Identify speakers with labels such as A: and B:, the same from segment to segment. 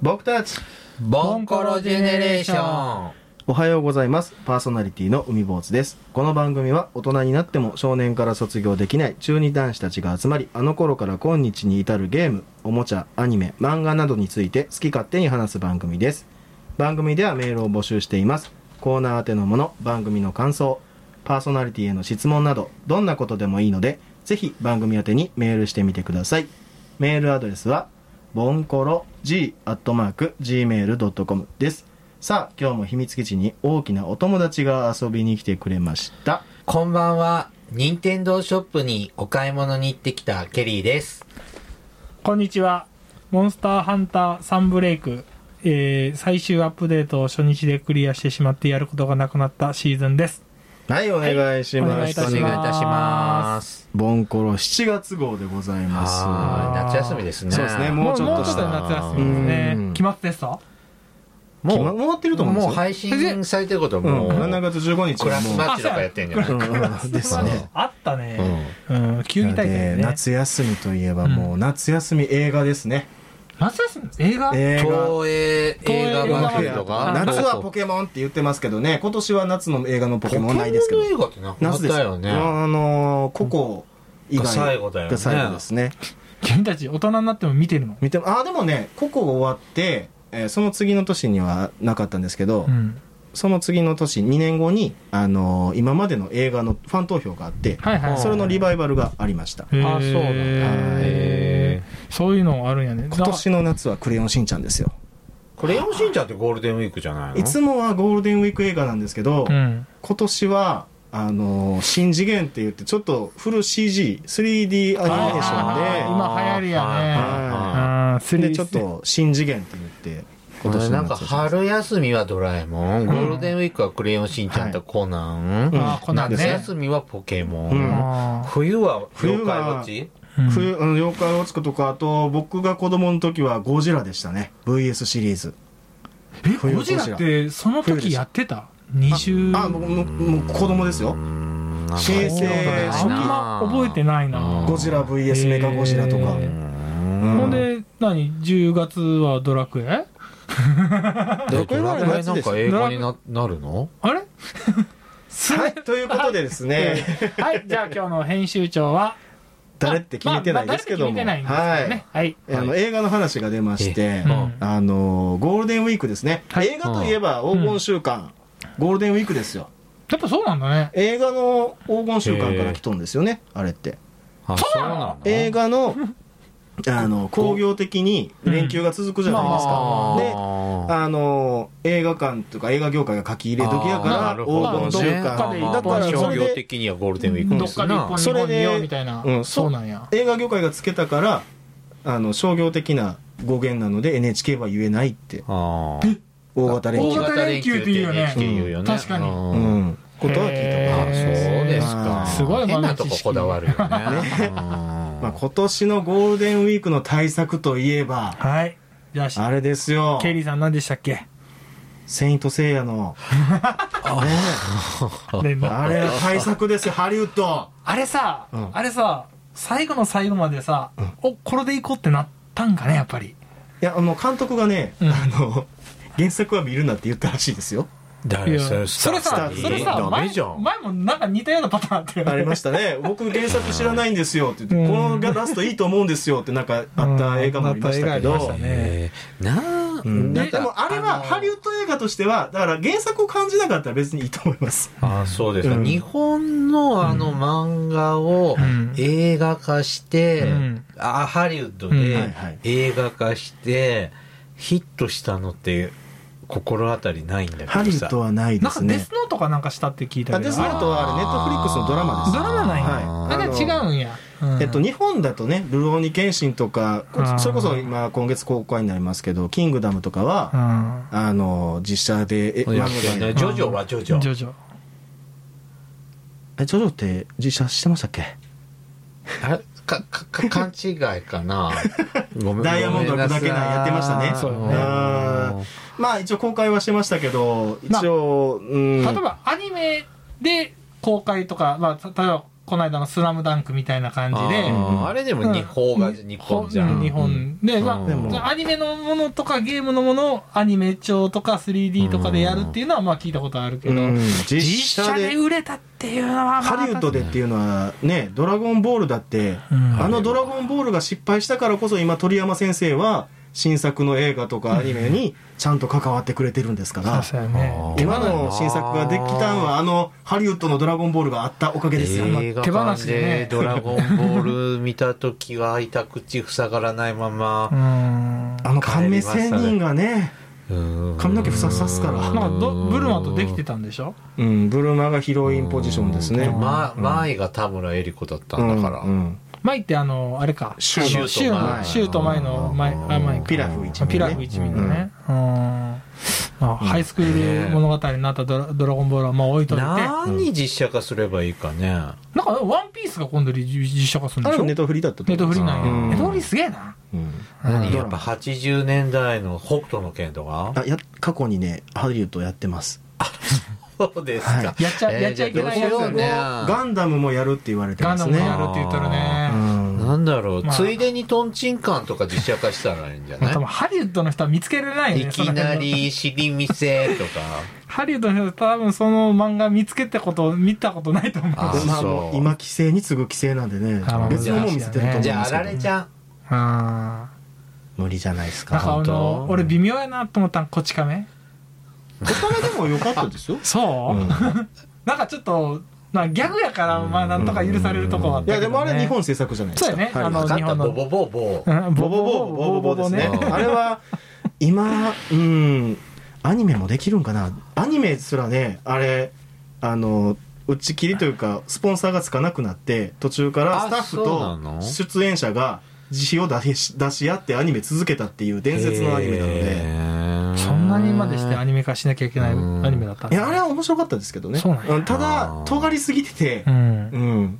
A: 僕たち
B: ボンコロジェネレーション
A: おはようございますパーソナリティの海坊主ですこの番組は大人になっても少年から卒業できない中二男子たちが集まりあの頃から今日に至るゲームおもちゃアニメ漫画などについて好き勝手に話す番組です番組ではメールを募集していますコーナー宛てのもの番組の感想パーソナリティへの質問などどんなことでもいいのでぜひ番組宛てにメールしてみてくださいメールアドレスはボンコロ G アットマーク Gmail.com ですさあ今日も秘密基地に大きなお友達が遊びに来てくれました
B: こんばんは任天堂ショップにお買い物に行ってきたケリーです
C: こんにちは。モンスターハンターサンブレイク、えー、最終アップデートを初日でクリアしてしまってやることがなくなったシーズンです。
A: はいお願いしま
C: はい
A: す、
C: お願いいたします
B: す
A: ボンコロ7月号でございま
B: あー夏休みですね
A: そうですねもう
C: もう、
A: ちょっ
C: も
A: と
C: うちょ
A: し
C: ったとで夏休みです
A: うん
C: ね。期末テスト
A: すもう決ま終わってると思うんです
B: も
A: よ
B: う配信されてることはもう、
A: うん、7月15日
B: クラ
A: は
B: ス
A: もう
B: マッチとかやってんじゃない、
A: うんうんですね
C: あった
B: う
C: ね。
B: ん
C: うん、球技大会
A: で
C: ね。
A: 夏
C: 夏
A: 休みといえばもう夏休み映画ですね、
C: 休み映画
A: 映画
B: 東映映画番組とか
A: 夏はポ
B: ケ
A: ケモンって言ってますけどね今年は夏の映画のポケモ
B: モ
A: ン
B: ン
A: ないですけど
B: の映画ってなくなっ
A: 夏です
B: たよね
A: あのーココ以外
B: が最後だよね
A: が最後ですね
C: 君たち大人になっても見てるの
A: 見てあーでもねココ終わって、えーその次の年にはなかったんですけど、
C: うん。
A: その次の年2年後に、あのー今までの映画のファン投票があって、
C: はいはい。
A: それのリバイバルがありました
C: へー
B: あそうなんだ
C: へーそういうのあるんやね。
A: 今年の夏は「クレヨンしんちゃん」ですよ
B: クレヨンしんちゃんってゴールデンウィークじゃないの
A: いつもはゴールデンウィーク映画なんですけど、
C: なうん。
A: 今年はあのー新次元って言ってちょっとフル CG3D アニメーシ
C: あ
A: ョン
C: ー今流行りやね
B: は
C: あー、
A: で
C: スリ
A: で
C: ー
A: ちょっと新次元って言って
B: い
A: 今
B: これ
A: 年
B: な
A: の
B: んか
A: 夏は
B: 春休みはドラえもん、ゴールデンウィークはクレヨンしんちゃんとコナン、
A: うん
C: あー、こんなん
B: 夏
C: ね。
B: 休みはポケモン、
A: うん
C: あ
B: 冬は
A: 冬
B: 妖
A: は
B: 怪ウォッチ
C: ーうん
A: 冬あの妖怪ウォッチとかあと僕が子供の時はゴジラでしたね VS シリーズ
C: え
A: 冬
C: ゴジラってその時やってた二週
A: あもうもうもう子供ですよ平成初
C: あ
A: 期
C: んま覚えてないな
A: ゴジラ VS メカゴジラとか、
C: へー
A: うん
C: ほんで何10月はドラクエ
A: どこ
B: ド
A: ま
B: ラ
A: で
B: クエ
A: 夏
B: なん
A: ですよ
B: か映画にななるの
C: あ れ
A: はいということでですね
C: はいじゃあ今日の編集長は
A: 誰って決めてないですけども、
C: まあまあ誰って決めてないんですけど
A: は
C: ねは
A: いあ
C: い
A: の映画の話が出まして、
C: うん
A: あのゴールデンウィークですね、
C: はい
A: 映画といえば黄金週間、ゴールデンウィークですよ
C: やっぱそうなんだね
A: 映画の黄金週間から来とんですよねあれって
B: あそうなの
A: 映画 のあの工業的に連休が続くじゃないですか、で
B: で
A: あの映画館とか映画業界が書き入れ時やから黄金週
C: どっか
A: 間、
C: で
B: だか
C: だからら
B: 商
C: それ
B: 業
C: で
B: 的にはゴールデンウィーク
C: ど
B: で
C: っ
B: す
C: かで一本
A: そ
C: 日
A: れ
C: 本
A: で
C: 見ようみたいな
A: うんそ
C: そうなんや
A: 映画業界がつけたからあの商業的な語源なので NHK は言えないって
B: あ
A: 大型連
C: 大
A: 休
C: 型連休っていうよね
B: NHK 言うよね
C: うん確か
A: う
C: に
B: うん
A: んことは聞いた
C: へ
A: こ
B: あそう
C: ー
B: です
A: あ
B: か
A: ー
C: すごい
B: 変な
C: 豆
B: と
C: 知
B: こ
C: 識
B: こだわるよねうん
A: とまあ今年のゴールデンウィークの対策といえば
C: はいじゃあし
A: あれですよ
C: ケリーさん何でした っけ
A: 「セイント・セイヤ」 の
C: で
A: あれは対策ですよハリウッド
C: あれさ
A: うん
C: あれさ最後の最後までさおこれでいこうってなったんかねやっぱり
A: いやあの監督がね、
C: うん
A: あの原作は見るなって言ったらしいですよ
B: 誰
C: いや
B: それ
C: それ
B: スタ
C: さ
B: ッ、フ
C: それさ、
B: ダ
C: 前
B: メじゃん
C: 前もなんか似たようなパターンあったよね
A: ありました ね僕原作知らないんですよって言って、
C: うん
A: このがラストいいと思うんですよってなんかあった映画もありましたけ
C: うんあ
A: ど
C: った映画ありましたね
B: えーなあ
A: うん
B: な
A: で
B: んか
A: でもあれは
B: の
A: ハリウッド映画としてはだから原作を感じなかったら別にいいと思います
B: あそうですか、
A: うん
B: 日本のあの漫画を
C: うん
B: 映画化して、
C: うん
B: あハリウッド
C: うんは
B: で
A: いはい
B: 映画化してヒットしたのって心当たりないんだけどさ
A: ハリウッドはないで
C: なん
A: す
C: かデ
A: ね
C: スノートかなんかしたって聞いた
A: あ
C: けど。
A: デスノートはあれネットフリックスのドラマです
C: ドラマなんや。
A: はい
C: あれは違うんや。うん
A: えっと、日本だとね「ルローニケンシン」とかこ
C: あー
A: それこそ今今月公開になりますけど「キングダム」とか
C: う
A: は
C: ん。
A: あの実写でえ
B: いや
A: 漫画
B: ね
A: で
B: ジョジョはジョジ
C: ジ
B: ョ
C: ョジョ。
A: えジョジョって実写してましたっけ
B: あれかかか勘違いかなごめん
A: ダイヤモンドは砕けないやってましたね
C: そうよね
A: あーまあ一応公開はしてましたけど一応うん
C: 例えばアニメで公開とか、まあ、た例えばこの間の「スラムダンクみたいな感じで
B: あーあれでも日本が、日本じゃ。
C: うんん日本で、まあ
B: うん
C: じゃあアニメのものとかゲームのものをアニメ調とか 3D とかでやるっていうのはまあ聞いたことあるけど、
A: うん
C: 実写で売れたっていうのはまあ
A: ハリウッドでっていうのはね「ドラゴンボール」だって、
C: うん
A: あの「ドラゴンボール」が失敗したからこそ今鳥山先生は新作の映画とかアニメにちゃんと関わってくれてるんですから
C: そうだよね
A: 今の新作ができたんはあのハリウッドの「ドラゴンボール」があったおかげですよ、
B: 映画
C: 手放
B: 館
C: しでね
B: でドラゴンボール見た時は開いた口塞がらないま
C: う
B: ま。
C: ん
A: あの亀仙人がね
B: 髪
A: 髪の毛ふさふさっすから
C: なんかどブルマとできてたんでしょ
A: うんブルマがヒロインポジションですね
C: うん
B: ま、前が田村恵里子だった
A: うんん
B: だから。
A: うん
C: 前ってあのあれか
A: シ
C: シ
A: ュ
C: ュ
A: ー
C: ーのシ
A: 前
C: ューと前の前あ前か
A: ピラフ一味ね
C: ピラフ一味のね、うんまあ、ハイスクール物語になったドラドラゴンボールはまあ置いといてな
B: 何実写化すればいいかね。
C: んかワンピースが今度実写化するん
A: あ
C: で
A: れ
C: しょ
A: もネトフリだったと
C: ネッ
A: 思い
C: トフ
A: ます
C: リなん
A: う
C: や
A: ん
C: ネットフリすげえな
A: うん
C: うん
B: やっぱ80年代の北斗の拳とか
A: あや過去にねハリウッドやってます
B: そうです
A: はい
B: か。
C: やっちゃ
B: えー
C: やっちゃいけないやつ
B: じゃあどうしようね
A: ガンダムもやるって言われて
C: ガ
A: ま
C: ンダ
A: す
C: ム
A: ね
C: もやるって言ったら
A: う
C: ね
A: ん
B: なんだろう、
C: まあ
B: ついでにトンチンカンとか実写化したらいいんじゃ
C: まあ
B: ない
C: 多分ハリウッドの人は見つけられないよ
B: い
C: ね
B: きなり尻見せ とか。
C: ハリウッドの人は多分その漫画見つけたこと見たことないと思う
B: あ
A: でまあ
B: そう
A: もう今規制に次ぐ規制なんでね
C: あまあ
A: 別のもん見せてると思うん
B: じゃ
A: で
B: あ、あ
A: す
B: ら
A: け
B: れ
A: ど
B: ちゃん。
C: あ
A: 無理じゃないです
C: なんか
A: か
C: あ
B: 本
C: の
B: 当
C: 俺微妙やなと思ったんこち亀
A: 他のでも良かったですよ
C: そう、
A: うん
C: なんかちょっとなギャグやからまあなんとか許されるとこはあっ
A: い
C: た
A: や
C: けど、ね、
A: でもあれ日本制作じゃないですか
C: そうやね
A: はい
C: あの
B: わかっ
C: 日
B: た、
C: 本の
B: ボボボボ。
C: うん
A: ボボボボボボボですね
B: ボボボボね
A: あれは今うんアニメもできるんかなアニメすらねあれあの打ち切りというかスポンサーがつかなくなって途中から
B: あ
A: スタッフ
B: そうなの
A: と出演者が自費を出し出し合ってアニメ続けたっていう伝説のアニメなので
B: の
C: そんなにまでしてア
B: ニ
C: ニメ化しなきゃいけない
B: うん
C: アニメだったん
A: い
C: だ
A: やあれは面白かったですけどね
C: そうなんや
A: んただ尖りすぎてて
C: うん
A: うん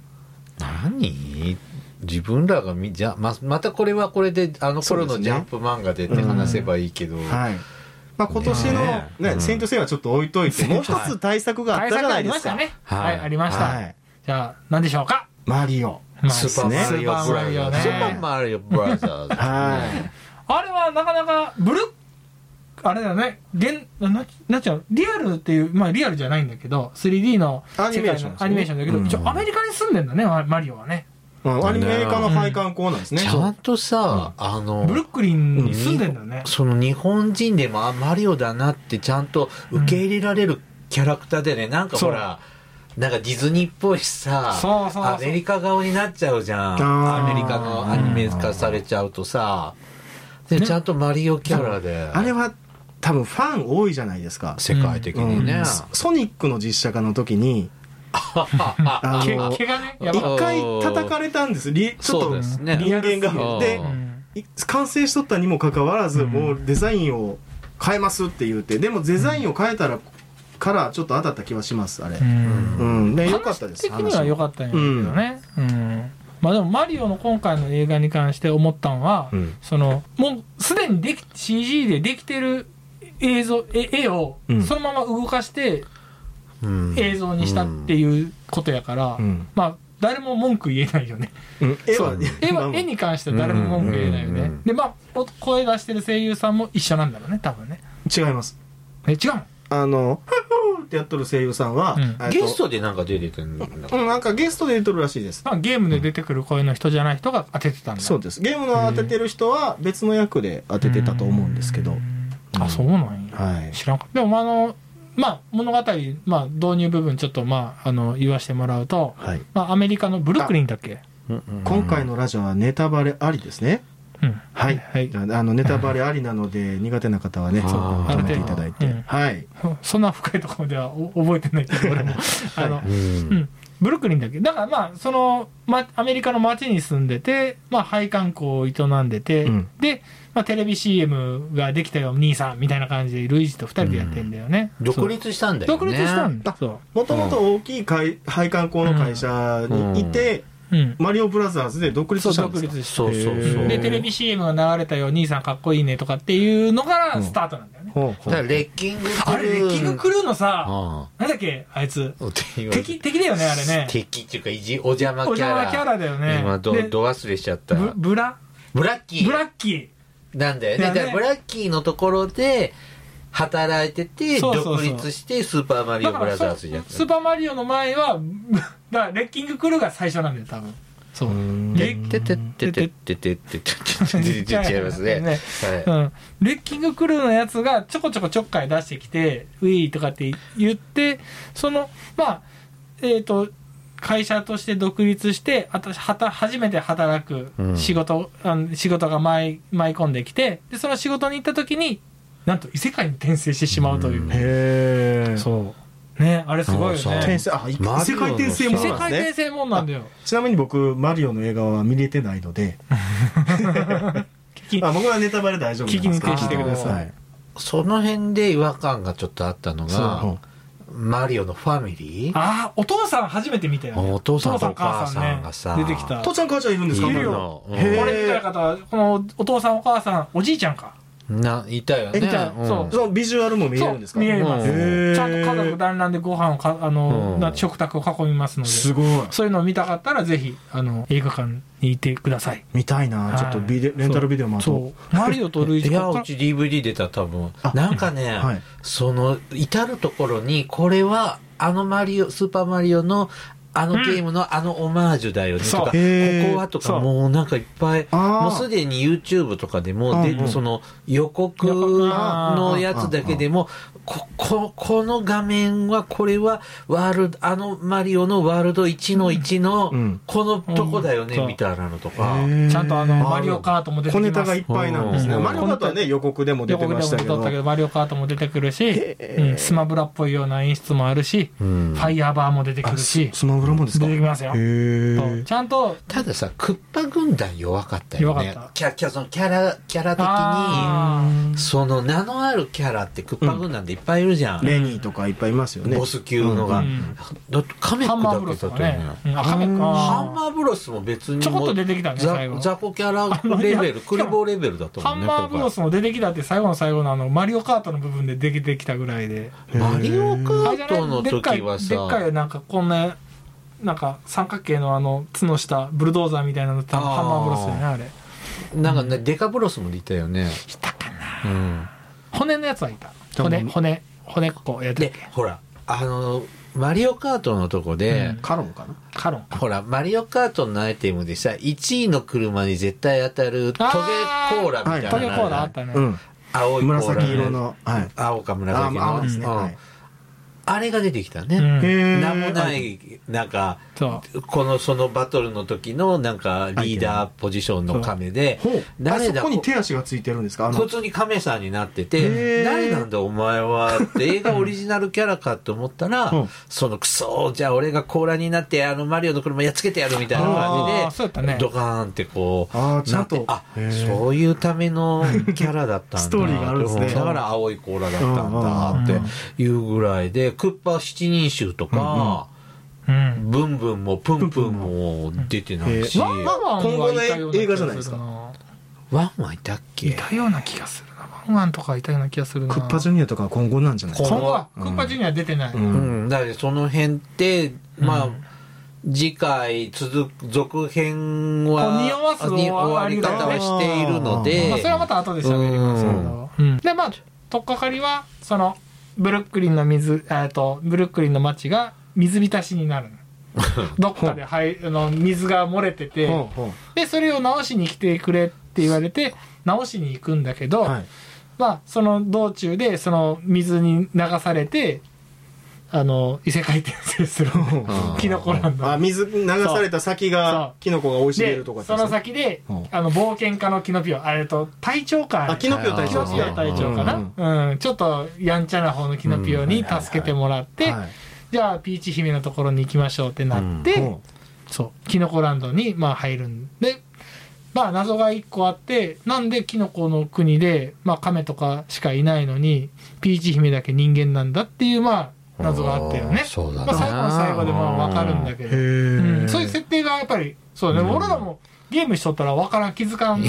B: 何自分らがみじゃままたこれはこれであの頃
A: そう
B: の
A: ですね
B: ジャンプ漫画でって話せばいいけど、
A: はい。まあ、今年の
B: ねえ
A: ね、
B: うん
A: 選挙制はちょっと置いといて、もう一つ対策があったじゃないですか。
C: 対策
B: はい
C: ありましたねはい、あ
A: は
C: りました、
A: い。
C: じゃあ何でしょうか、
A: マリオ。
C: まあ
B: スーパーマリオブラザーズ
C: ス
B: スー
C: ーパ
B: パ
C: ー
B: ー
C: マ
B: マリオブラザーズ
A: は
C: あれはなかなかブルあれだね現ななんちゃうリアルっていうまあリアルじゃないんだけど 3D の世界の
A: アニメーションですね
C: アニメーションだけど、
A: うん
C: 一応アメリカに住んでんだねママリオはね
A: い。うんアニメ化の配管校なんですね。
B: ちゃんとさ、あの
C: ブルックリンに住んでんだね、
B: その日本人でもあマリオだなってちゃんと受け入れられるキャラクターでねなんかほらなんかディズニーっぽいしさ
C: そうそうそう
B: アメリカ顔になっちゃうじゃん
A: あー
B: アメリカのアニメ化されちゃうとさで
C: ね
B: ちゃんとマリオキャラで
A: あれは多分ファン多いじゃないですか。
B: 世界的
A: う
B: に
A: ん
B: ね、
A: ソニックの実写化の時 に、あ
C: け
A: の、
C: 毛がねやばかっ
A: 一回叩かれたんです。りちょっ
B: そう
A: と
B: ですね
A: 人間が。で
C: た、うん
A: い完成しとったにもかかわらず、
C: うん
A: もうデザインを変えますって言うて、でもデザインを変えたら、からちょっと当たった気はします、あれ。
C: うん
A: うん。で、良かったです。
C: 話的には良かったんやけどね、うんまあ、でもマリオの今回の映画に関して思ったんは、
A: うん
C: そのもうすでにでき CG でできてる映像え絵を
A: うん
C: そのまま動かして
B: うん
C: 映像にしたっていうことやから、
A: うん
C: まあ誰も文句言えないよね
A: うん絵は
C: 絵
A: まあ
C: は絵に関しては誰も文句言えないよね、
B: うんうんうん
C: でまあお声出してる声優さんも一緒なんだろうね多分ね
A: 違います
C: え違うの
A: あの「ふふってやっとる声優さんは、
C: うん
A: えっと
B: ゲストでなんか出てたんだ
A: うんなんかゲストで出とるらしいです
C: まあゲームで出てくる声の人じゃない人が当ててたんだ
A: そうですゲームの当ててる人は別の役で当ててたと思うんですけど、
C: あそうなんや、
A: はい
C: 知らんかでもあのまあ物語、まあ、導入部分ちょっとまああの言わしてもらうと、
A: はい、
C: まあ、アメリカのブルックリンだっけ
A: 今回のラジオはネタバレありですね
C: うん
A: はい、
C: はい
A: じゃああのネタバレありなので苦手な方はね
B: そう
A: 止めていただいて、
C: うん
A: はい
C: そんな深いところではお覚えてないけど俺もあの、
B: うん
C: うん、ブルックリンだっけだからまあその、ま、アメリカの街に住んでて、まあ、配管工を営んでて、
A: うん
C: で、まあ、テレビ CM ができたよ兄さんみたいな感じでルイージと二人でやってんだよね、
B: 独立したんだよ
C: そう
B: ね
C: 独立したんだ
A: あ
C: そう
A: もともと大きい会配管工の会社にいて、
C: うん。
A: マリオブラザーズで独立
C: そう、
A: したんで
C: 独
A: すか
C: 立し
B: そうそうそう
A: へー
C: て。で、テレビ CM が流れたよ、兄さんかっこいいねとかっていうのからスタートなんだよね。
A: ほう
B: だ
A: ほう
B: からレッキングクルー
C: あれ、レッキングクルーのさ、
B: あ
C: なんだっけ、あいつ。
B: あっていう
C: 敵、敵だよね、あれね。
B: 敵っていうかいじお邪魔
C: お
B: キャ
C: 邪
B: ラ
C: 魔キャラだよね。
B: 今ど
C: で
B: ど忘れしちゃった
C: ブブラ
B: ブラッキー
C: ブラッキ
B: なんだよね
C: だよね
B: だからブラッキーのところで働いてて
C: そうそうそう
B: 独立してスーパーマ
C: ー。
B: リ
C: だ
B: オ
C: か
B: ブ
C: ら
B: ラ
C: そ
B: ザー
C: う、
B: ズ
C: ス
B: じゃなくて
C: ーパーマリオの前は、だから、レッキングクルーが最初なんだよ、多分。そうう。
A: ん
C: レ
B: て
C: ッ
B: ててててててててて違いますね。
C: ねう
B: はい。
C: ん、レッキングクルーのやつがちょこちょこちょっかい出してきて、ウィーとかって言って、その、まあ、えっ、と、会社として独立して、あたはた初めて働く
B: うん
C: 仕事、あの仕事が舞い舞い込んできてで、その仕事に行った時に、なんと異世界に転生してしまうという。
A: へえ
C: そう。ね、あれすごい
B: そ
C: よ
B: う
A: 転
C: ね。
A: 生あい異
B: マリ
A: 世
B: オの
A: 界転生も
C: 異世
A: のなん
C: 界
A: です
C: 転
A: ね
C: 生もんなんだよ。
A: ちなみに僕マリオの映画は見れてないので
C: き
A: あ僕はネタバレ大丈夫なんですか
C: 聞き抜けしてください
A: はい
B: その辺で違和感がちょっとあったの
A: そ
B: が、マリオのファミリー
C: ああ、お父さん初めて見たよ、ね。
B: お父さんと
C: お母さんね
B: お母さんがさ
C: 出てきた
A: う。父ちゃん母ちゃんいるんですか
B: い
C: る
B: よ
A: マリオへ
B: うん
A: え
C: これ見た方はこのお父さんお母さんおじいちゃんか
B: な、いたよね。
A: いた
B: うん
C: そう
A: そのビジュアルも見えるんですか
C: そう見え
B: る
C: ます、
B: うん
A: へー
C: ちゃんと家族団らんでご飯をかあの、
B: うん
C: な食卓を囲みますのです
A: ごい
C: そういうのを見たかったらぜひあの映画館にいてください
A: 見たい
C: は
A: ないちょっとビデレンタルビデオもあと
C: そうマリオとルイージ
B: いや、
C: こ
B: う
C: っか
B: ち DVD 出た多分
A: あ。
B: なんかね、
A: はい
B: その、至るところに、これは、あのマリオ、スーパーマリオの、あのゲームのあのオマージュだよねと
C: そう
B: か、こ
A: へー
B: こはと
C: そ
B: か、
C: う
B: もうなんかいっぱい、
A: あー
B: もうすでに YouTube とかでも、
A: うんうん
B: でその予告
C: 予告
B: のやつだけでも、こ、こ、この画面は、これは、ワールド、あのマリオのワールド1の1
A: う
B: の
A: ん、
B: このとこだよ
C: うんそ
B: ね、
C: う
B: みたいなのとか。
A: へー
C: ちゃんとあのマリオカートも出て
A: 小
C: き
A: ネ
C: ま
A: タが
C: す
A: いっぱいなんですね
B: うん
A: マリオカートはね予告でも出
C: 予
A: て
C: 告で
A: ま
C: も
A: したけ
C: 撮
A: ど
C: ったけどマリオカートも出てくるし、うん、スマブラっぽいような演出もあるし、
B: うん
C: ファイヤーバーも出てく
A: あ
C: るし
A: ススマブラもです
C: 出
A: か
C: て
A: へ
C: きますよ、そう
A: え
C: ちゃんと
B: たださクッパ軍団弱かったよね
C: 弱かった
B: キャキャそのキャラキャラ的
C: あ
B: にその名のあるキャラってクッパ軍団でいっぱいいるじゃん、
A: レニーとかいっぱいいますよね
B: ボス級のが、
A: う
C: ー
A: ん
C: うん
B: だってカメッ
C: ハンマー
B: ク
C: ブ
B: だ
C: ロ
B: け
C: スと
B: だ
C: か
B: とね
C: ね、うん、あカメック
B: ハ
C: あ
B: ン
C: ー
B: マーブロスも別に
C: ちょこっと出
B: て
C: てきたね
B: ザ
C: 最後
B: 雑魚キャ
C: あの
B: ラレベルクリボーレベルだと
C: ハ
B: 思うね
C: ンマーブロス
B: 今
C: も出てきたって最後の最後のあのマリオカートの部分でできてきたぐらいで
B: 回マリオ
C: あ
B: カ
C: れじ
B: ー
C: ゃない
B: トの
C: でっかい
B: 時は
C: でっか
B: さ
C: いなんかこんななんか三角形のあの角したブルドーザーみたいなの多分
B: あー
C: ハンマーブロスだよねあれ
B: なんかねデカブロスもいたよね
C: いたかな
B: うん
C: 骨のやつはいた
A: 多分
C: 骨骨骨ここやって
B: で
C: たっ
B: ほらあのマリオカートのとこで、
C: うん
A: カロンかな
C: けカロン
B: ほら、マリオカートのアイテムでさ、1位の車に絶対当たるトゲコ
C: あー
B: ーラみたいなの
C: ト
B: るじ
C: ゲ
B: ゃん。
C: コーラあったね、
A: うん
B: 青いコーラね
A: 紫色。のはい
B: 青か
A: あ
B: 紫の。
A: 青ですね
B: うん
A: はい
B: あれが出てきた
C: う
B: ね。
C: ん
A: へー
B: なんもない、なんか、
C: そ
B: この、そのバトルの時の、なんか、リーダーポジションの亀で
A: ほう、あ
B: 誰
A: そ
B: だ
A: こに手足がついてるんですかあ
B: 普
A: の
B: 通に亀さんになって
A: へ
B: て、
A: ー
B: 誰なんだお前はって映画オリジナルキャラかと思ったら
A: うん、
B: そのクソ、じゃあ俺が甲羅になって、あのマリオの車やっつけてやるみたいな
C: あーそうやった
B: 感じ
C: ね
B: で、ドカーンってこう、
A: あーちゃんと
B: なって
A: へ
B: あ、
A: ー
B: そういうためのキャラだったんだ。
A: ストーリーがあるんですね
B: だから青い甲羅だったんだっていうぐらいで、クッパ七人衆とか、
C: う、うん、
B: ブンブンもプンプンも出てないし、
A: へー
B: ワ
C: ワンワンワンはいたよ
A: 今
C: う
A: 後の映画じゃないですか
B: ンはいたっ
C: い
B: け
C: たような気がするなワンワンとかいたような気がするな
A: クッパジュニアとかは今後なんじゃないです
C: 今
A: か
C: 後はクッパジュニア出てない、
A: うん
B: うん、だからその辺って、まあ、次回続く、続編
C: こう
B: は、
C: 匂わす
B: に終
C: 終わ
B: わ
C: り
B: り
C: だ
B: 方
C: よね
B: はしているので、
C: まあ、それはまた後で喋りますけど、うんでまあ取っかかりはそのブルックリンの水えっとブルックリンの街が水浸しになる どっかで、はい、あの水が漏れてて、
A: ほうほ
C: でそれを直しに来てくれって言われて直しに行くんだけど、
A: うはい
C: まあその道中でその水に流されてあの異世界転生する
B: ん
C: キノコランド
A: あ水流された先
C: そう
A: がキノコが生い茂
C: で
A: るとかって
C: そ
A: やつ
C: の先で、
A: うん
C: あの冒険家のキノピオあれと隊長かあれ
A: あキノピオ大
C: キ
A: 将
C: ノ
A: です
C: ピ
A: ね
C: オ隊長か
A: う、
C: なんうんちょっとやんちゃな方のキノピオに助けてもらって、
A: はい
C: じゃあピーチ姫のところに行きましょうってなって、
A: ほ
C: そうキノコランドにまあ入るんで、まあ、謎が一個あってなんでキノコの国で、まあ、亀とかしかいないのにピーチ姫だけ人間なんだっていうまあ謎があったよね
B: あーそうだな
C: まあ、最後の最後でまあ分かるんだけ
A: う
C: ど
A: へえ
C: うんそういう設定がやっぱりそうね、
B: うん
C: 俺らもゲームしとったらわからん気づかんね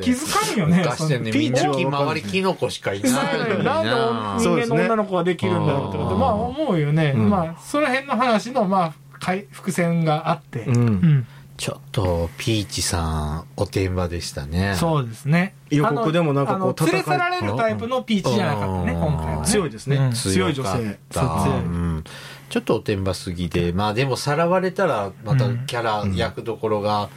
C: 気づかんよね
B: 昔ってね
C: その
B: みんな
A: ピーチ
B: 気
A: はわか
B: 回
A: んない
B: りキノコしかいないのに
C: なんで
B: な
A: そうで
C: 人間
A: す
C: の
A: ね
C: 女の子ができるんだろうってこと
B: うん
C: まあ思うよね、
A: うん
C: まあその辺の話のまあかい伏線があって、
A: う
C: うんん
B: ちょっとピーチさんおてんばでしたね
C: そうですね
A: 予告
C: あの
A: でもなんかこう
C: あの
A: 戦い
C: 連れ去られるタイプのピーチじゃなかったね
B: うん
C: 今回はね
A: 強いですね、
C: うん
A: 強い女
B: かっ
A: 性
B: た
A: そう強い
B: うんちょっとおてんばすぎでまあでもさらわれたらまたキャラ、
A: うん
B: 役どころが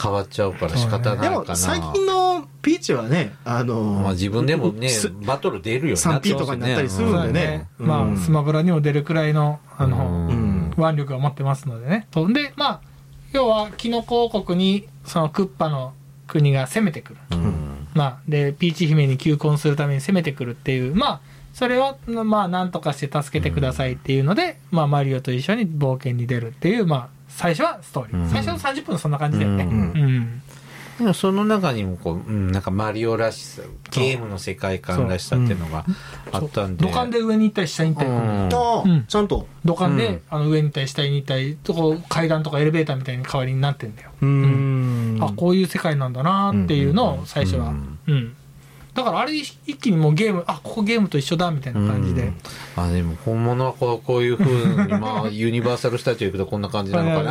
B: 変わっちゃうから仕方ない
A: で
B: かな、
A: も最近のピーチはねあの
B: まあ自分でもね
A: す
B: バトル出るようになってま
A: 3P
B: すよ
A: とかになったりするん
C: そ
A: で
C: う
A: ね
C: だね、
A: うん
C: まあスマブラにも出るくらいのあの、
A: うん
C: 腕力を持ってますのでね。とんで、まあ、要は、キノコ王国に、そのクッパの国が攻めてくる。
B: うん
C: まあ、で、ピーチ姫に求婚するために攻めてくるっていう、まあ、それを、まあ、なんとかして助けてくださいっていうので、まあ、マリオと一緒に冒険に出るっていう、まあ、最初はストーリー。
B: うん
C: 最初の30分そんな感じだよね。
B: うん
C: うん
B: でもその中にもこう、うん、なんかマリオらしさゲームの世界観らしさっていうのがあったんで、
C: 土管で上に行ったり下に行ったり。
B: うん
A: と
C: うん
A: ちゃんと
C: 土管で、
B: うん
C: あの上に行ったり下に行ったりとこう階段とかエレベーターみたいに代わりになってんだよ。
A: うん
C: あこういう世界なんだなっていうのを最初は、
B: う
C: うんんだからあれ一気にもうゲームあここゲームと一緒だみたいな感じで、
B: うんあでも本物はこうこういうふうに まあユニバーサル・スタジオ行くとこんな感じなのか
C: あ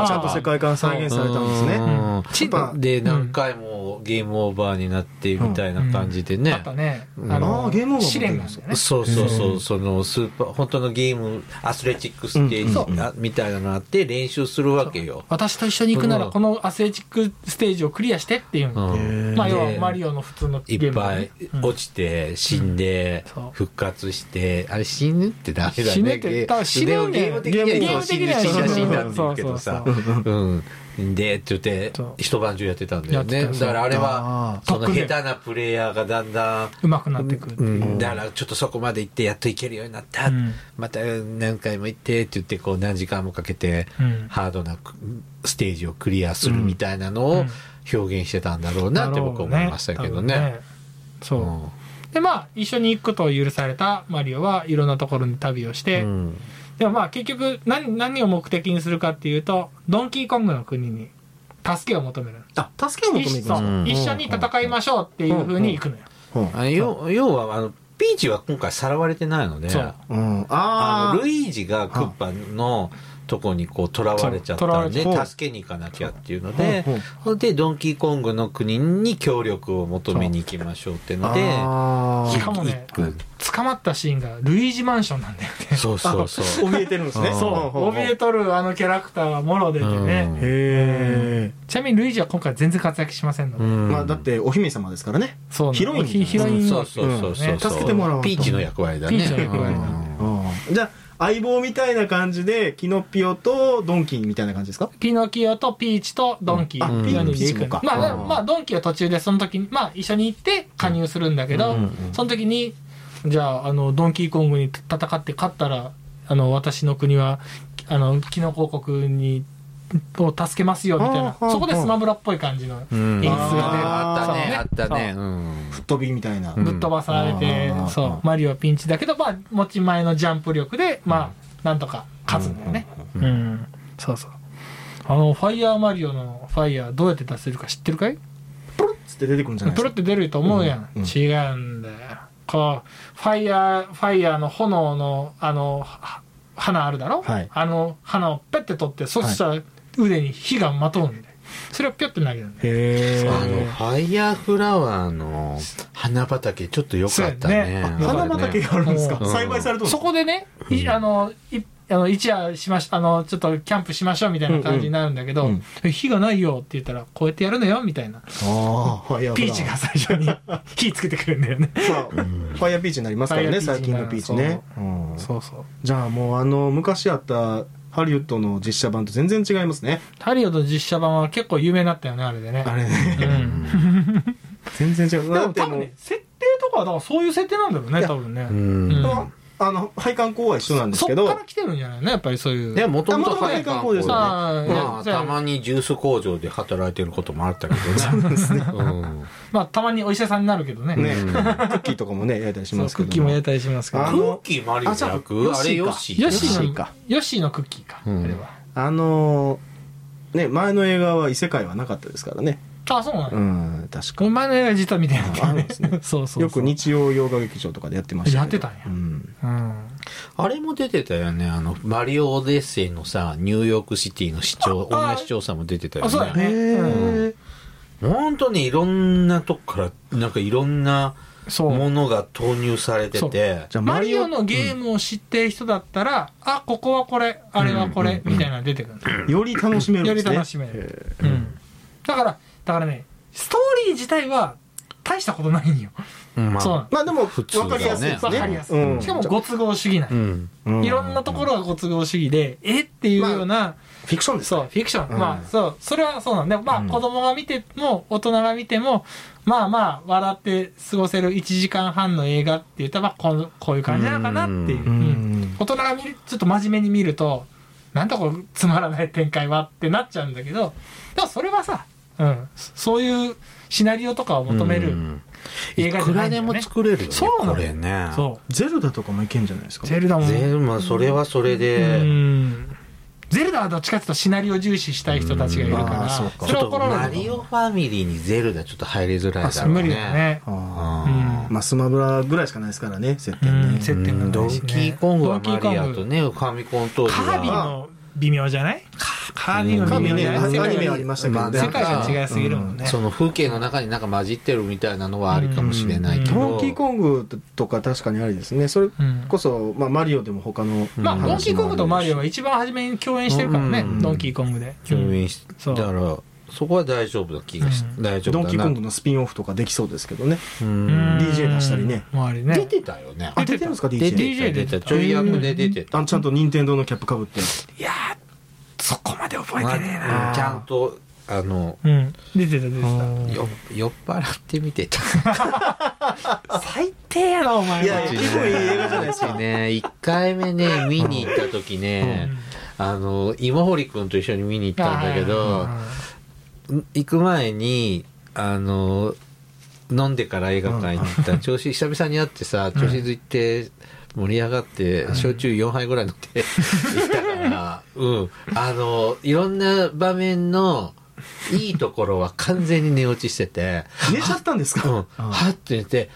B: な
C: ー
A: ちゃんと世界観再現されたんですね
B: うん
A: チンパ
B: で
C: ん
B: 何回もゲームオーバーになってみたいな感じでね、
C: あったね、
B: うん
C: あ
A: あ
C: の
A: ーゲームオーバー
C: 試練なんだよね
B: そうそうそう、
A: うん
B: そのスーパー本当のゲームアスレチックステージ、
A: うん
B: あみたいなのあって練習するわけよ、
C: 私と一緒に行くな
B: う
C: ら
B: ん
C: このアスレチックステージをクリアしてっていう、
B: うん
A: へー
C: まあ要はマリオの普通のゲ
B: い
C: ー
B: っ
C: ムだ
B: ぱ
C: ね、
B: い落ちて死んで
C: うんそう
B: 復活してあれ死ぬってダメだね
C: 死ぬって多分死ぬ
B: でも
C: ん
B: ゲー
C: だ
B: ム
C: よ
B: 的に
A: ゲー
B: は
A: ム
B: 死
C: 的
B: ぬ
C: には
B: 死んだ
A: そう
B: 死んだって言うけどさ
C: そう
B: うんでって言って
C: そう
B: 一晩中やってたんだよ
C: や
B: ね
C: って
B: だ
C: た
B: からあれ
A: あ
B: は
C: ー
B: その下手なプレイヤーがだんだん
C: うまくなってくるって
B: う
C: いう、
B: ん、だからちょっとそこまで行ってやっと行けるようになった、
C: うん
B: また何回も行ってって言ってこう何時間もかけて
C: うん
B: ハードなくステージをクリアするみたいなの
C: う
B: を
C: ん
B: 表現してたんだろうなって僕は思いましたけど
C: だろう
B: ね。
C: そう、でまあ一緒に行くことを許されたマリオはいろんなところに旅をして、
B: うん
C: でもまあ結局何何を目的にするかっていうとドンキーコングの国に助けを求める
A: あ助けを求めて
C: 一
A: くだ
C: 緒
A: さい
B: ん
C: 一緒に戦いましょうっていうふうに行くのよ、
A: うん
B: あ要要はあのピーチは今回さらわれてないので
C: そう
A: うん
B: あ
A: あ
B: のルイージがクッパのとこにこう囚われちゃった
C: そう囚われ
B: んで
A: ちゃった
B: 助けに行かなきゃっていうので
A: ほうほう
B: それでドンキーコングの国に協力を求めに行きましょうっていうので
A: あ
C: しかもね
B: 行く
C: 捕まったシーンがルイージマンションなんだよね
B: そうそうそう
A: 怯えてるんですね
B: うん
A: ほほほ
C: 怯えとるあのキャラクターがもろ出て
B: うん
C: ね、
A: へえ
C: ちなみにルイージは今回全然活躍しませんので、
B: うん
A: まあだってお姫様ですからね
C: そうなの
A: ヒロイン
C: ヒヒロイン
B: そ
C: の
B: うそうそうそう
C: ね
B: そう
A: 助けてもらわんと
B: ピーチの役割だね
C: ピーチの役割だね
A: うんじゃあ相棒みたいな感じでキノピオとドンキーみたいな感じですか
C: ピノキオとピーチとドンキ
A: うん
B: あ
C: ー、四人で行
A: ピーチも
C: く
A: か
C: のまあ、だ
B: うん
C: まあ、ドンキは途中でその時に、まあ、一緒に行って加入するんだけど、
B: うん
C: その時に、じゃあ、あの、ドンキーコングに戦って勝ったら、あの、私の国は、あの、キノコ王国に、を助けますよ、みたい
A: はあ
C: な。
A: はあ
C: そこでスマブラっぽい感じの演出が出る。
B: あったね
C: そう
B: あったね
A: 吹っ飛びみたいな
B: うん
C: ぶっ飛ばされて、
A: うん
C: そう、マリオピンチだけど、まあ、持ち前のジャンプ力で、まあ、なんとか勝つんだよね。うん、そうそう。あの、ファイヤーマリオのファイヤーどうやって出せるか知ってるかい
A: つって出てくるんじゃない
C: プ
A: で
C: ル
A: す
C: っ
A: か
C: て出ると思うやん。
A: うんうん
C: 違うんだよ。こう、ファイヤー、ファイヤーの炎の、あの、は花あるだろ、
A: はい
C: あの、花をペッて取って、そしたら腕に火がまとうんで。それをピョッて投げるんだよ
A: へ
B: うん
A: え
B: あのファイヤーフラワーの花畑ちょっと良かった
C: そう
B: ね
C: や
A: あ花畑があるんですか
B: うん
A: 栽培されてるんです
C: そ
A: か
C: こでね、いあの、いあの一夜しましあの、ちょっとキャンプしましょうみたいな感じになるんだけど、
A: うんうん
C: え火がないよって言ったら、こうやってやるのよみたいな。
A: ああファイヤーフラ
C: ピー
A: ワ
C: チが最初に 火つけてくるんだよね。
A: そうファイヤーピーチになりますからね
C: ファイヤー
A: 最
C: ピーチ
A: 近
C: にな
A: の
C: る
A: ピーチねうん
C: そうそう。
A: じゃあもうあの昔あったハリウッドの実写版と全然違いますね
C: ハリウッド実写版は結構有名になったよね、あれでね。
A: あれね
C: うん。
A: 全然違う
C: で
A: だ
C: も
A: って
C: 多
A: も
C: 分
A: う
C: ね、設定とかはだからそういう設定なんだろう
A: い
C: ね、
A: や
C: 多分ね。
B: うん
C: うん
A: あの配管工は一緒なんです
C: そ
A: け
C: っ
A: ど
C: から来てるんじゃないのやっぱりそういう。
B: でもともと
A: 元々
B: 早
A: 配
B: 川
A: 管工です
B: ね
A: よね
B: まあ
C: じゃあ
B: たまにジュース工場で働いてることもあったけどねうん
C: まあ、たまにお医者さんになるけどね。
A: ねクッキーとかもね焼いたりし
C: そ
A: ま
C: う
A: すけ
C: ク
A: ど
C: ッキーもやったりしますけど。
A: あ
B: ク
A: の
B: ッキーマリオ
A: あそう
B: 役あれヨ
A: ヨ
B: ッ
A: ッ
B: シ
A: シ
B: ー
C: ヨッ
A: ー
C: シー
A: ヨッシー
C: の
A: か、
C: ヨッシーのクッキーか、
B: うん
C: あれは。
A: あのね前の映画は異世界はなかったですからね
C: あそうな
A: う
C: んだ、
A: ん確か
C: お前の映画実は見てな
A: ああるん
C: い
A: ですね
C: そうそうそう
A: よく日曜洋画劇場とかでやってましたけど
C: やってた
A: うん
C: や
A: ん
C: うん
B: あれも出てたよね。あの、マリオ・オデッセイのさ、ニューヨークシティの市長、
C: ああ
B: 女市長さんも出てたよ
C: あそうだよ
B: ね。
C: ね
A: へえ
B: 本当にいろんなとこから、なんかいろんな
C: そう
B: ものが投入されて
C: そう
B: て。
A: じゃあ
C: マリオの
A: ー
C: ゲームを知ってる人だったら、あここはこれあれはこれ、みたいなの出てくるんだよ、
A: ムより楽しめるんですね
C: より楽しめる
A: へえ
C: うんだからだからねストーリー自体は大したことないんよ、
B: ま
C: そうなん
A: まあでも
B: 普通だ
A: 分
B: ね
A: かりやすいです
C: わかり
A: ね
C: やすい、
A: うん
C: しかもご都合主義な
B: う
C: い、
B: ん。
A: うん
C: いろんなところがご都合主義でえっていうような、
A: フィクションです
C: そうフィクション、
A: うん
C: まあそうそれはそうなんでまあ、
A: うん
C: 子供が見ても大人が見てもまあまあ笑って過ごせる1時間半の映画って言ったらまあこうこういう感じなのかなっていう、
B: う
C: うん大人が見るちょっと真面目に見るとなんだこのつまらない展開はってなっちゃうんだけどでもそれはさ、うん、そそういうシナリオとかを求める、
B: うん
C: 映画
B: い
C: じ
B: く
C: ゃな
B: ら
C: いんだ
B: で
C: よね
B: も作れるよね。
C: そうなの
B: これね。
C: そ
A: ゼルダとかもいけんじゃないです
C: う
A: か
C: ゼルダも
B: 全部、まあ、それはそれで。
C: うんゼルダはどっちかっていうとシナリオ重視したい人たちがいるか
A: うんあー
C: ら
A: そうか
C: そ
B: ち
C: れ
B: ょ
C: は
B: っと
C: 怒られる
B: マリオファミリーにゼルダちょっと入りづらいだろうね。
C: 無理だね
A: あ
B: あ
A: ーまあスマブラぐらいしかないですからね接点
C: う
A: ね
C: ん
B: ー
C: 接点が
B: うんド
C: ない
B: ン
C: しね
B: キーコングは
C: ドン
B: マ
C: キーコン
B: リア
C: グ
B: とね、ファミコン当時
C: カービィ
B: は。
C: も微妙じゃないカービィも
A: カービ
C: 微
A: ィ
C: 妙じ
A: ね
C: ゃない
A: アニメありましたけどね
C: 世界が違いすぎるもんね、
B: その風景の中になんか混じってるみたいなのはありかもしれないけど。
A: ドンキーコングとか確かにありですねそれ
C: うん
A: こそ、まあ、マリオでも他の
C: まあ
B: うん
C: ドンキーコングとマリオは一番初めに共演してるからね、
B: うん
C: ドンキーコングで
B: 共演し、
C: そう
B: だから、そこは大丈夫だ気がし、
C: う
B: 大丈夫
A: ド
B: だな。
A: ンキーコングのスピンオフとかできそうですけどね
B: う
C: うんん
A: DJ 出したりね
C: 周りね
B: 出てたよね。
A: あ出てるんですか
B: 出
A: DJ
B: て
C: DJ
B: た、出て
C: 出て
B: た。
C: た
B: ちょい役で出てた。
A: あちゃんと任天堂のキャップかぶって
C: いやーそこまで覚え
B: まあ
C: てねえな
B: ちゃんと、あの、
C: うん出てた出て
B: よ酔っ払って見てた。
C: た最低やなお前はい
A: や結構いい映画じゃないですか
B: うちね、1回目ね、見に行った時ね、あの、今堀くんと一緒に見に行ったんだけど、行く前に、あの、飲んでから映画館行った。調子、久々に会ってさ、調子づいて、盛り上がって、焼酎4杯ぐらい飲んで行ったから、うん。あの、いろんな場面の、いいところは完全に寝落ちしてて、
A: 寝ちゃったんです
B: う
A: か、
B: ん、はって寝て、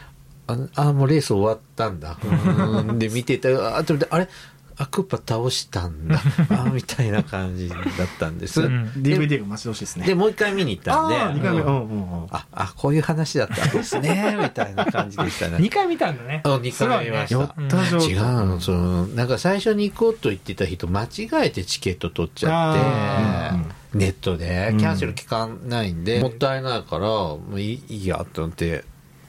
B: ああ、もうレース終わったんだ。うんで、見てた、あーって見て、あれあ、クッパ倒したんだ。あーみたいな感じだったんです。
C: うん
B: で
A: DVD が待ち遠しいですね
B: で、もう一回見に行ったんで、
A: ああ2回目うんん
B: う
A: うんうん
B: あ、あ、こういう話だったんですね、 みたいな感じでした
C: 2
B: ね。
C: 回見たんだね
B: あ二回見ました
A: 酔った状態
B: 違うの、その、なんか最初に行こうと言ってた人、間違えてチケット取っちゃ
A: あ
B: って、ネットで、キャンセル期間ないんで、もったいないから、もういいいいや、と思って、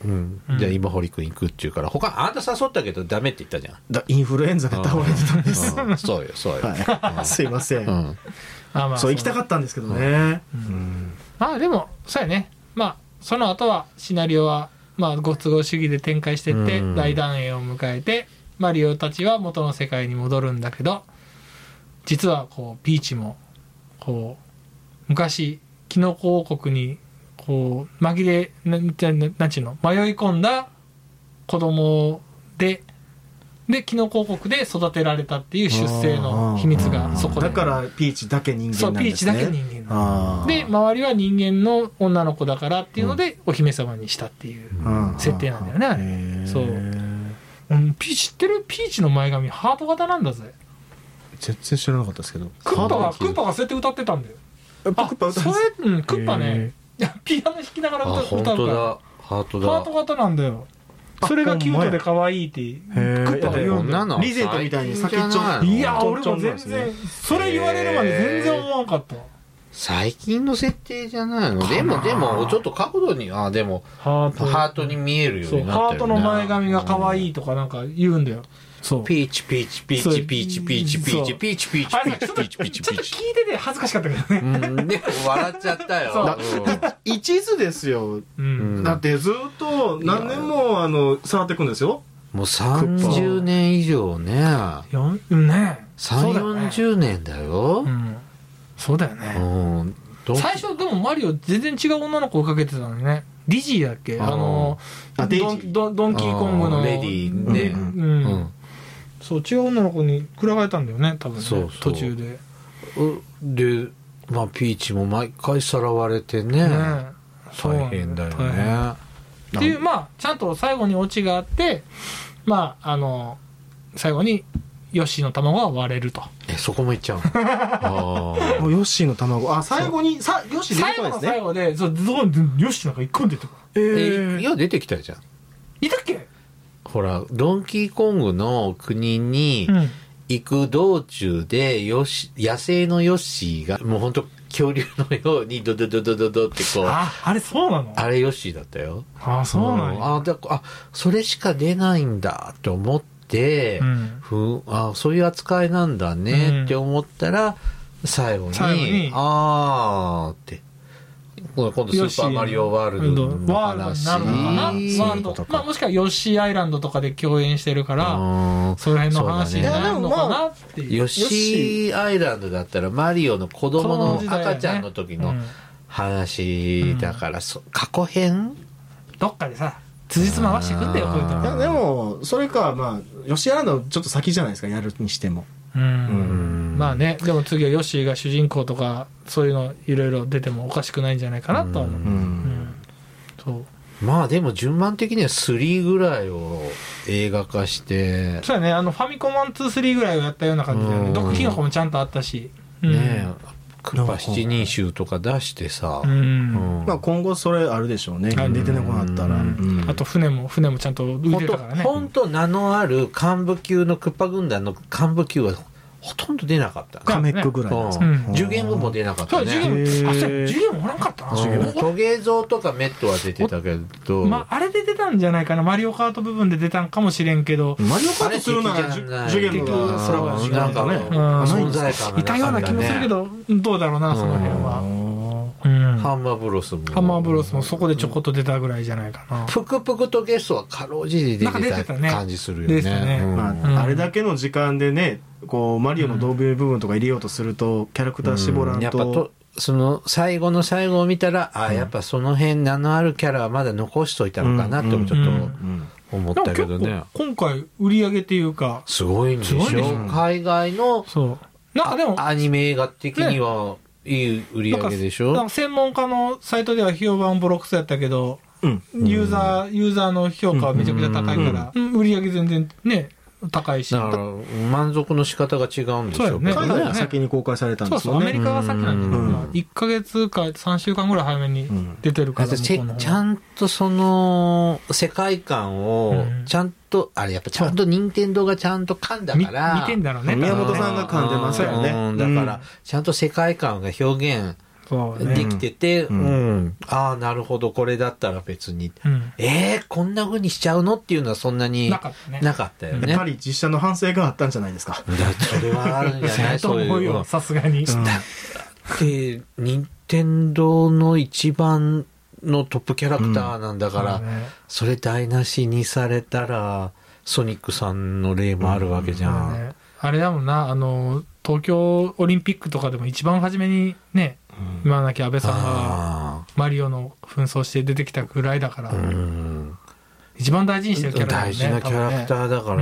B: うん
C: うん。
B: じゃあ今堀君行くっていうから、他、あんた誘ったけどダメって言ったじ ゃん。
A: だインフルエンザが倒れてたんです、
B: うんそうよ、そうよ。
A: はい、すいません、
B: うん。
C: あまあ
A: そう行きたかったんですけどね、うん
C: まあでもそうやねまあその後はシナリオはまあご都合主義で展開してって
B: うん
C: 大団円を迎えてマリオたちは元の世界に戻るんだけど実はこうピーチもこう昔キノコ王国にこう紛れななななんちゅうの迷い込んだ子供ででキノコ王国で育てられたっていう出生の秘密がそこで
A: だからピーチだけ人
C: そ
A: 間
C: う
A: な
C: ピ
A: ん
C: ー
A: です
C: チだ
A: ね
C: け人間なの
A: あー
C: で周りは人間の女の子だからっていうので、お姫様にしたっていう、
A: うん
C: 設定なんだよねあれ
A: へー
C: そううん、ピー知ってるピーチの前髪ハート型なんだぜ
A: 全然知らなかったですけど
C: クッパ
B: ハー
C: が
B: ト型
C: クッパがそうやって歌ってたんだよ
A: え
C: あ
A: クッパ歌うん
C: そ
A: で
C: れ
A: す、
C: うん、クッパねいやピアノ弾きなが
B: あ、
C: ら歌
B: 本
C: 歌うか
B: 当
C: ら
B: だ。ハートだ。
C: ハート型なんだよ
A: あ
C: それがキュー
A: ほん
C: ト
A: ま
C: で
A: や
C: 可愛いってク
A: へー
C: ッパが言
B: こ
C: うんんだ
B: なの
C: よ
A: リゼたみたいに先っちょ
B: 最近じゃないの
C: いや俺
A: ト
C: も全
A: ントンなん
C: 然
A: で
C: それ言われるまで全然思わんかった
B: 最近の設定じゃないの
C: かな
B: でもでもちょっと角度にあでも
C: ハート
B: ハートに見えるよう
C: そう
B: にな
C: ハ
B: って
C: ー
B: る、ね、
C: トの前髪が可愛いとかなんか言うんだよそう
B: ピーチピーチピーチピーチピーチピーチピーチピーチ
C: あ
B: ピ
C: れ
B: ー
C: さち
B: チ
C: ょっ
B: ピ
C: と
B: ーチピーチ
C: ち
B: ピ
C: ょ
B: ー
C: っと
B: チ
C: 聞いてて恥ずかしかったけどね
B: うんでも笑っちゃったよ
A: 一途ですよ
C: う
B: うん
C: ん
A: だってずっと何年もあの触っていくんですよ
B: うんもう30年以上ね
C: よんねそうだよね
B: 340年だよ
C: うんそうだよ
B: う
C: ね
B: んどん
C: 最初でもマリオ全然違う女の子をかけてたのにねディジーだっけ
B: あ
C: あ
B: ー
C: の
A: あデイジ
C: ド
A: ー
C: ンドンドンキーコング
B: あ
C: の
B: ーレディーね
C: うん
A: う
B: う
C: うん
B: ん
C: そう違う女の子にくら替えたんだよね多分ね
B: そうそう
C: 途中で
B: うでまあピーチも毎回さらわれてね
C: ねそうな
B: 大
C: んだ
B: 変だよ
C: よ大変
B: ね
C: っていうまあちゃんと最後にオチがあってまああの最後にヨッシーの卵が割れると
B: えそこもいっちゃう のあ
A: おヨッシーの卵あ最後にさヨッシー出て
C: 最
A: こないで
C: 後の
A: すね
C: 最後でそうどこにヨッシーなんか一個出てこ
A: え
B: ー
A: ー
B: えいや出てきたじゃん
C: ないいたっけ
B: ほらドンキーコングの国に
C: うん
B: 行く道中でよし野生のヨッシーがもう本当恐竜のようにドドドドドドってこうあ
C: ああれそうなの
B: れヨッシーだったよ
C: あそうなんや
B: あだあそれしか出ないんだと思って、
C: うん
B: ふんあそういう扱いなんだ
C: うん
B: ねって思ったら、最後に
C: 最後に
B: あーって今度「スーパーマリオワールド」の
C: ワールドに
B: 話
C: なるのかなワ
B: そう
C: ー
B: い
C: ル
B: うこ
C: ド
B: と
C: まあもしくはヨッシーアイランドとかで共演してるから
B: うん
C: その辺の話
B: そう
C: に
B: だね
C: なるのかなっていう
B: ヨッシーアイランドだったらマリオの子供の
C: 子供時代だよね
B: 赤ちゃんの時
C: う
B: の
C: ん
B: 話だから、そ過去編
C: どっかでさ辻褄合わせてくんだよこういうと
A: いやでもそれかまあヨッシーアイランドちょっと先じゃないですかやるにしても
C: こうん
B: うん
C: まあねでも次はヨッシーが主人公とかそういうのいろいろ出てもおかしくないんじゃないかなとは思う、
B: う
A: うん
C: うんんそう
B: まあでも順番的には3ぐらいを映画化して、
C: そうやねあのファミコン123ぐらいをやったような感じだよ
B: う
C: ね
B: ん
C: 毒キノコもちゃんとあったし、うん、
B: ねえクッパ七人衆とか出してさ、
C: うん、
B: うん
A: まあ今後それあるでしょうね
C: はい
A: 出てこなかったら
B: う
A: うん
C: あと船も船もちゃんと浮い
B: 本
C: て
B: 当
C: たからね
B: 本当名のある幹部級のクッパ軍団の幹部級はほとんど出なかったね、
A: カメックぐらいなんですか
B: うん
C: うん
B: 受験部も出なかっ
C: そ
B: た
C: う
B: ね
C: ジュ
A: へ
C: ゲン
A: ー
C: あそうやジュゲンもおらんかったな
A: ジュゲン
B: うんトゲ像とかメットは出てたけど、
C: まああれで出たんじゃないかなマリオカート部分で出たんかもしれんけど
A: マリオカートするならジュジュゲンの
C: うん
A: がそれは
B: う
A: 違
B: ん
A: う
B: なん
A: んだ
B: か
A: ね
C: うん
B: 存在感が
C: いたような気もするけ
B: ど、
C: どどうだろうなその辺は、うん
B: ハンマーブロスも
C: ハンマーブロスもそこでちょこっと出たぐらいじゃないかな、
B: ぷくぷくとゲストはかろうじて出
C: なんか
B: て
C: 出てた
B: た
C: ね
B: 感じするよね
C: ですね
B: うん
A: ま
C: ん
A: あ、あれだけの時間でねこうマリオの同盟部分とか入れようとするとキャラクター絞らん
B: やっぱ
A: と
B: とその最後の最後を見たらああやっぱその辺名のあるキャラはまだ残しといたのかなってちょっと
A: うん
B: 思っ
C: でも
B: たけど
C: 結
B: ね
C: 構今回売り上げっていうか
B: すごいんでし
C: すごいんでし
B: ょ
A: ょ
B: 海外の
C: そうなんかでも
B: アニメ映画的にはいい売り上げでし
C: なん
B: ょ
C: か専門家のサイトでは評判ボロクソやったけど
A: うん
C: ユーザーユーザーの評価はめちゃくちゃ高いから、うん売り上げ全然ね高いし
B: だから満足の仕方が違うんでし
C: そ
B: ょ
C: うだよね
A: 海
B: けど
A: 外
B: ね
A: が先に公開されたん
C: そ
A: で
C: う
A: す
C: そう
A: も
C: ア
A: ん
C: メ
A: ね
C: リカは先なんだけど、
A: うん
C: まあ1か月か3週間ぐらい早めに出てる
B: だ
C: か
B: っ
C: ら、
B: てせ
C: 向こうの方
B: ちゃんとその世界観を
C: うん
B: ちゃんと、あれやっぱちゃんと任天堂がちゃんと噛んだ
C: み
B: から
C: 見てんだろうね
A: 宮本
C: 多分ね
A: さんが噛んでますよね
B: うん
A: うん
B: だから、ちゃんと世界観が表現
C: そう
B: で
C: ね
B: きてて、
A: う
B: うんん。ああ、なるほど、これだったら別に。
C: うん
B: えー、こんな風にしちゃうのっていうのはそんなに
C: なかったね
B: なかったよね。
A: やっ
B: だ
A: ぱり実写の反省があったんじゃないですか
B: からそれはあるんじゃ
C: そ
B: な
C: う
B: い
C: と
B: そうい
C: 思う
B: う
C: よ
B: の。
C: さすがに、
A: うん
B: で、任天堂の一番のトップキャラクターなんだから、
C: そうね
B: それ台無しにされたら、ソニックさんの例もあるわけじゃん。
C: ねあれだもんなあの東京オリンピックとかでも一番初めにね今なき安倍さんが
B: あ
C: マリオの紛争して出てきたぐらいだから、
B: あ。うん。
C: 一番大事にしてるキャラだよ
B: 大
C: ね
B: 事なキャラクターだから、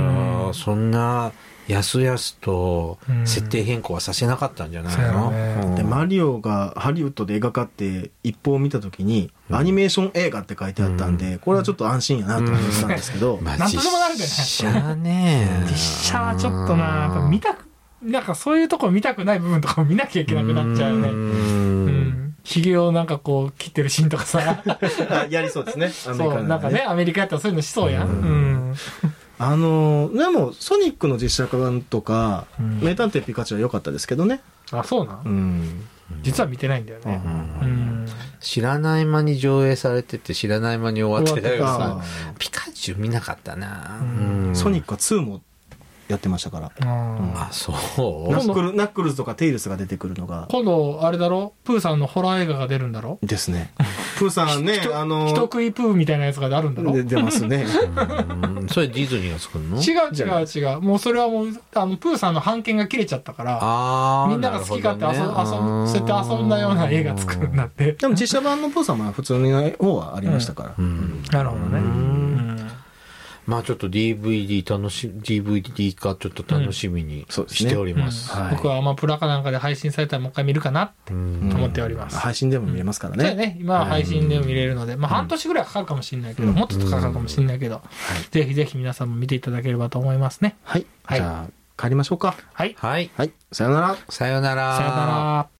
C: うん
B: そんなやすやすと設定変更はさせなかったんじゃないの、
C: うんそうやね
B: うん
A: でマリオがハリウッドで映画化って一報を見た時にアニメーション映画って書いてあったんでこれはちょっと安心やなと思ってたんですけど
B: まあ
C: なんとでもなるけどね
B: 実写ね
C: 実写はちょっとなやっぱ見たくなんかそういうとこ見たくない部分とかも見なきゃいけなくなっちゃうね
B: ん
C: うんひげをなんかこう切ってるシーンとかさ
A: あやりそうですねアメリ
C: そ
A: カ
C: うなん
A: な
C: か
A: らね
C: ねアメリカやったらそういうのしそうやん、うん
A: あのーでもソニックの実写化版とか
C: うん
A: 名探偵ピカチュウは良かったですけどね
C: あそうなん、
A: うん
C: 実は見てないんだよね、
B: うん
C: うん
B: 知らない間に上映されてて知らない間に終わってたけ
A: 終
B: ど
A: わっ
B: さ
A: て
B: ピカチュウ見なかったな、
C: うん
B: うん
A: ソニックは2もやってましたから
C: うん
B: あそう
A: ナックルナックルズとかテイルスが出てくるのが
C: 今度あれだろプーさんのホラー映画が出るんだろ
A: ですねプーさんねあの
C: 人食いプーみたいなやつがあるんだろ
A: で
C: 違う
A: 出ますね
B: うんそれディズニーが作るの
A: じゃ
C: 違
A: な
C: う違うもうそれはもうあのプーさんの版権が切れちゃったから
B: ああ
C: みんなが好き勝手
B: な
C: 遊,、
B: るほどね
C: 遊んそうやって遊んだような映画作るんだって
A: でも実写版のプーさんは普通の方はありましたから
B: うん
C: なるほどね
B: うん
C: うん
B: まあちょっと DVD 楽し DVD 化ちょっと楽しみに
A: そうです
B: し
A: ね
B: ております、
A: うん
B: はい
C: 僕はアマプラかなんかで配信されたらもう一回見るかなって
B: うん
C: 思っております。
A: 配信でも見れますから
C: そうだ
A: ね。
C: よね今は配信でも見れるので、まあ、半年ぐらいかかるかもしれないけど、
A: うん
C: もっとかかるかもしれないけど、ぜひぜひ皆さんも見ていただければと思いますね。
A: はい。
C: はい
A: じゃあ、帰りましょうか。
C: はい、
B: はい
A: はい。さよなら。
B: さよなら
C: さよなら。